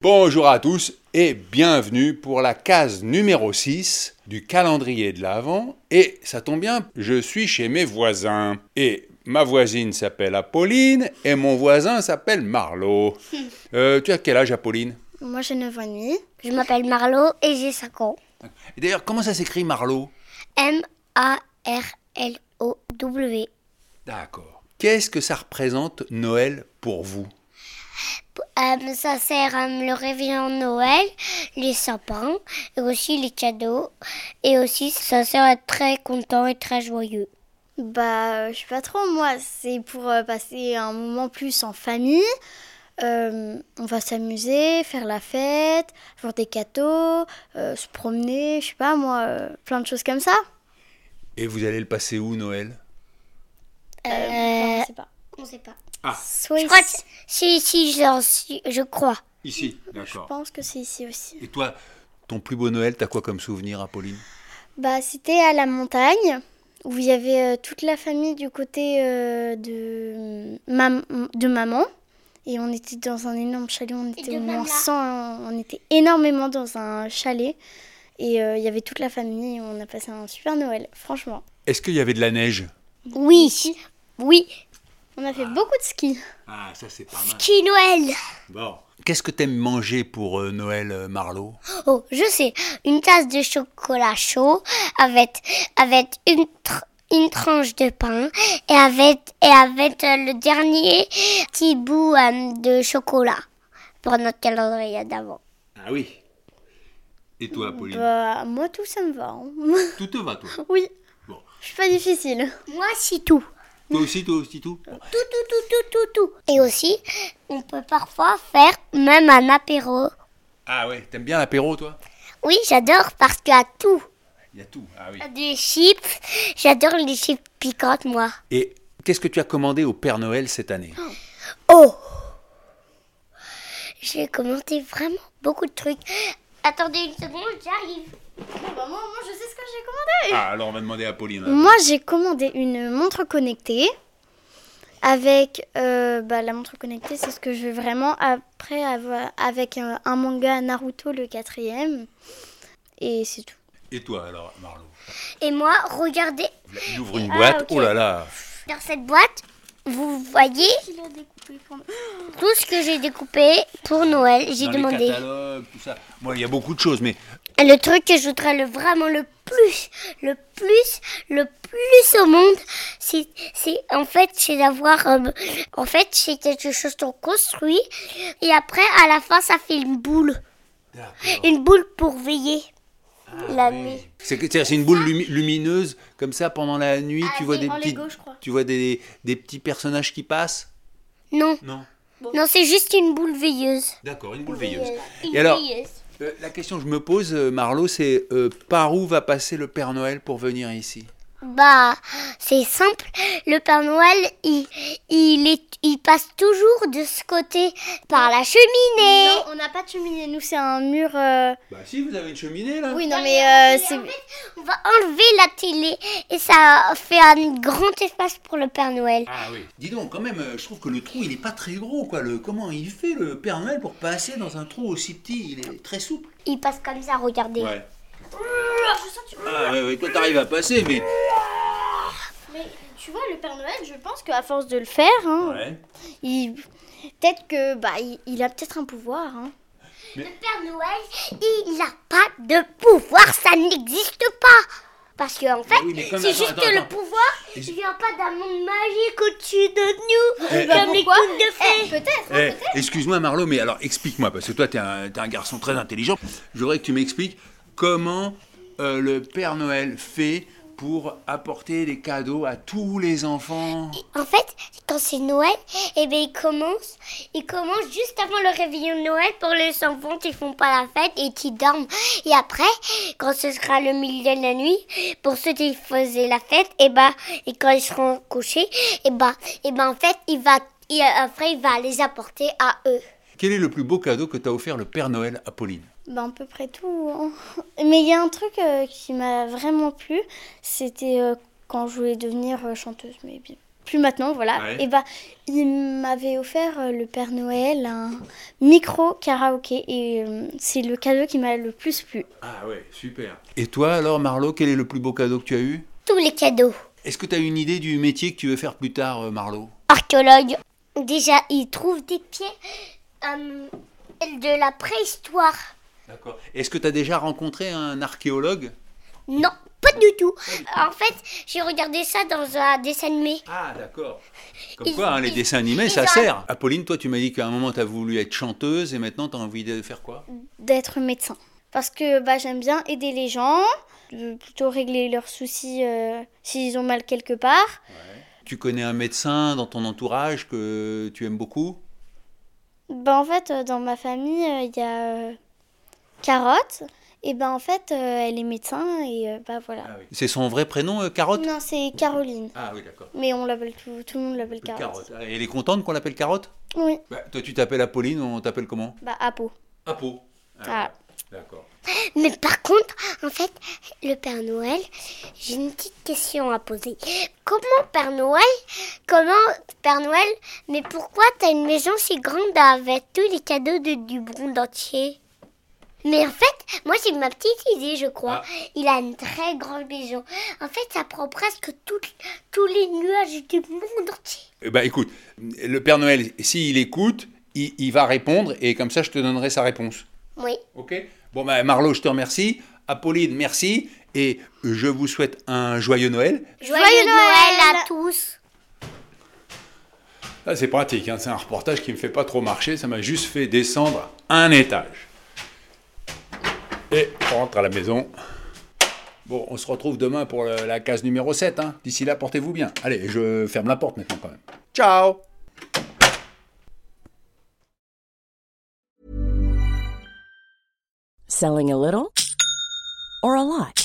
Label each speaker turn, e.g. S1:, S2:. S1: Bonjour à tous et bienvenue pour la case numéro 6 du calendrier de l'Avent. Et ça tombe bien, je suis chez mes voisins. Et ma voisine s'appelle Apolline et mon voisin s'appelle Marlot. Euh, tu as quel âge, Apolline
S2: Moi j'ai 9 ans et demi. Je m'appelle Marlo et j'ai 5 ans.
S1: Et D'ailleurs, comment ça s'écrit Marlot
S2: M-A-R-L-O-W.
S1: D'accord. Qu'est-ce que ça représente Noël pour vous
S2: Euh, ça sert à le réveillon de Noël, les sapins et aussi les cadeaux. Et aussi ça sert à être très content et très joyeux.
S3: Bah, euh, je sais pas trop, moi, c'est pour euh, passer un moment plus en famille. Euh, on va s'amuser, faire la fête, avoir des cadeaux, euh, se promener, je sais pas moi, euh, plein de choses comme ça.
S1: Et vous allez le passer où, Noël
S3: Non, je sais pas.
S2: Euh, On sait pas.
S1: Ah,
S2: Je crois que si, si, j'en suis- je crois.
S1: ici,
S3: Je
S1: d'accord.
S3: pense que c'est ici aussi.
S1: Et toi, ton plus beau Noël, t'as quoi comme souvenir, Apolline
S3: Bah, c'était à la montagne où il y avait euh, toute la famille du côté euh, de, mam- de maman. Et on était dans un énorme chalet, on était
S2: de
S3: au moins
S2: Mamla.
S3: 100, hein, on était énormément dans un chalet. Et euh, il y avait toute la famille, et on a passé un super Noël, franchement.
S1: Est-ce qu'il y avait de la neige
S2: Oui, oui.
S3: On a fait beaucoup de ski.
S1: Ah, ça c'est pas mal.
S2: Qui Noël
S1: Bon. Qu'est-ce que t'aimes manger pour euh, Noël, euh, Marlo
S2: Oh, je sais, une tasse de chocolat chaud avec, avec une, tr- une tranche de pain et avec, et avec euh, le dernier petit bout euh, de chocolat pour notre calendrier d'avant.
S1: Ah oui. Et toi,
S2: Euh,
S1: Apolline
S3: Bah, moi, tout ça me va. hein.
S1: Tout te va, toi
S3: oui,
S1: Bon.
S3: je suis pas difficile.
S2: Moi, c'est tout.
S1: Toi aussi, toi aussi, tout
S2: Tout, tout, tout, tout, tout, tout. Et aussi, on peut parfois faire même un apéro.
S1: Ah ouais, t'aimes bien l'apéro, toi
S2: Oui, j'adore parce qu'il y a tout.
S1: Il y a tout, ah oui.
S2: Des chips, j'adore les chips piquantes, moi.
S1: Et qu'est-ce que tu as commandé au Père Noël cette année
S2: Oh J'ai commenté vraiment beaucoup de trucs. Attendez une seconde, j'arrive.
S3: Bah, moi, je sais ce que j'ai commandé.
S1: Ah, alors on va demander à Apolline.
S3: Moi, j'ai commandé une montre connectée. Avec euh, bah, la montre connectée, c'est ce que je veux vraiment. Après, avoir, avec euh, un manga Naruto, le quatrième. Et c'est tout.
S1: Et toi, alors, Marlo
S2: Et moi, regardez,
S1: Il ouvre une
S2: Ah,
S1: boîte,
S2: ok.
S1: oh là là
S2: dans cette boîte, vous voyez tout ce que j'ai découpé pour Noël. J'ai
S1: Dans
S2: demandé.
S1: les catalogues, tout ça. Moi, il y a beaucoup de choses, mais
S2: Le truc que je voudrais le, vraiment le plus, le plus, le plus au monde, c'est, c'est en fait, c'est d'avoir, euh, en fait, c'est quelque chose qu'on construit et après, à la fin, ça fait une boule, une boule pour veiller
S1: Ah,
S2: la nuit.
S1: c'est que- c'est c'est une boule lumi- lumineuse, comme ça, pendant la nuit,
S2: Ah,
S1: tu vois des petits, tu vois des, des petits personnages qui passent
S2: Non,
S1: Non
S2: non, c'est juste une boule veilleuse.
S1: D'accord, une boule veilleuse.
S2: Une
S1: Et alors,
S2: veilleuse.
S1: Euh, la question que je me pose, euh, Marlo, c'est euh, par où va passer le Père Noël pour venir ici
S2: Bah, c'est simple. Le Père Noël, il, il est, il passe toujours de ce côté par la cheminée.
S3: Non, on n'a pas de cheminée, nous, c'est un mur. euh,
S1: Bah si, vous avez une cheminée là.
S3: Oui, non, mais euh,
S2: Et
S3: c'est.
S2: en fait, on va enlever la télé et ça fait un grand espace pour le Père Noël.
S1: Ah oui. Dis donc, quand même, euh, je trouve que le trou, il est pas très gros, quoi. Le, comment il fait le Père Noël pour passer dans un trou aussi petit Il est très souple.
S2: Il passe comme ça, regardez.
S1: Ah ouais, ouais, toi t'arrives à passer, mais.
S3: Tu vois, le Père Noël, je pense qu'à force de le faire, hein,
S1: Ouais.
S3: il... peut-être que bah, il, il a peut-être un pouvoir. hein.
S2: Le Père Noël, il n'a pas de pouvoir, ça n'existe pas. Parce que en fait,
S1: oui, mais comme-
S2: c'est
S1: attends,
S2: juste
S1: attends,
S2: le
S1: attends.
S2: pouvoir, il vient pas d'un monde magique au-dessus de nous,
S1: Eh,
S2: comme les contes de fées.
S3: Peut-être. hein.
S1: Eh, Excuse-moi Marlo, mais alors explique-moi, parce que toi t'es un, t'es un garçon très intelligent. Je voudrais que tu m'expliques comment euh, le Père Noël fait pour apporter des cadeaux à tous les enfants.
S2: En fait, quand c'est Noël, eh ben, ils commencent, ils commencent juste avant le réveillon de Noël pour les enfants qui font pas la fête et qui dorment. Et après, quand ce sera le milieu de la nuit, pour ceux qui faisaient la fête, et ben, et quand ils seront couchés, et ben, et ben, en fait, il va, il- après, il va les apporter à eux.
S1: Quel est le plus beau cadeau que t'as offert le Père Noël à Pauline
S3: Ben, à peu près tout. hein. Mais il y a un truc euh, qui m'a vraiment plu, c'était euh, quand je voulais devenir euh, chanteuse, mais bi- plus maintenant, voilà.
S1: Ouais.
S3: Et bah, il m'avait offert euh, le Père Noël un micro karaoké et euh, c'est le cadeau qui m'a le plus plu.
S1: Ah ouais, super. Et toi alors Marlo, quel est le plus beau cadeau que tu as eu
S2: Tous les cadeaux.
S1: Est-ce que tu as une idée du métier que tu veux faire plus tard euh, Marlo
S2: Archéologue. Déjà, ils trouvent des pieds euh, de la préhistoire.
S1: D'accord. Est-ce que tu as déjà rencontré un archéologue
S2: Non, pas du tout. En fait, j'ai regardé ça dans un dessin animé.
S1: Ah d'accord. Comme
S2: Ils-
S1: quoi, hein, les
S2: ils-
S1: dessins animés,
S2: ils
S1: ça
S2: ont-
S1: sert. Apolline, Ah, toi, tu m'as dit qu'à un moment, tu as voulu être chanteuse et maintenant, tu as envie de faire quoi
S3: d'être médecin. Parce que bah, j'aime bien aider les gens, de plutôt régler leurs soucis euh, s'ils ont mal quelque part.
S1: Tu connais un médecin dans ton entourage que tu aimes beaucoup
S3: Bah, en fait, euh, dans ma famille, euh, il y a euh, Carotte. Et ben en fait, euh, elle est médecin et euh, bah voilà.
S1: C'est son vrai prénom, euh, Carotte
S3: Non, c'est Caroline.
S1: Ah oui, d'accord.
S3: Mais on l'appelle tout, tout le monde l'appelle Euh, Carotte.
S1: Ah, et Elle est contente qu'on l'appelle Carotte
S3: Oui,
S1: Bah, Toi, tu t'appelles Apolline, on t'appelle comment
S3: bah Apo.
S1: Apo.
S3: Ah.
S1: D'accord.
S2: Mais par contre, en fait, le Père Noël, j'ai une petite question à poser. Comment Père Noël, comment Père Noël, mais pourquoi t'as une maison si grande avec tous les cadeaux de, du monde entier mais en fait, moi j'ai ma petite idée, je crois. Il a une très grande maison. En fait, ça prend presque tout- tous les nuages du monde entier.
S1: Eh ben, écoute, le Père Noël, s'il écoute, il, il va répondre et comme ça, je te donnerai sa réponse.
S2: Oui.
S1: Ok Bon, bah, Marlo, je te remercie. Apolline, merci. Et je vous souhaite un joyeux Noël.
S2: Joyeux,
S3: Joyeux
S2: Noël
S3: Noël
S2: à tous.
S1: Là, c'est pratique. hein. C'est un reportage qui me fait pas trop marcher. Ça m'a juste fait descendre un étage. Et on rentre à la maison. Bon, on se retrouve demain pour le- la case numéro 7. hein. D'ici là, portez-vous bien. Allez, je ferme la porte maintenant quand même. Ciao
S4: Selling a little or a lot?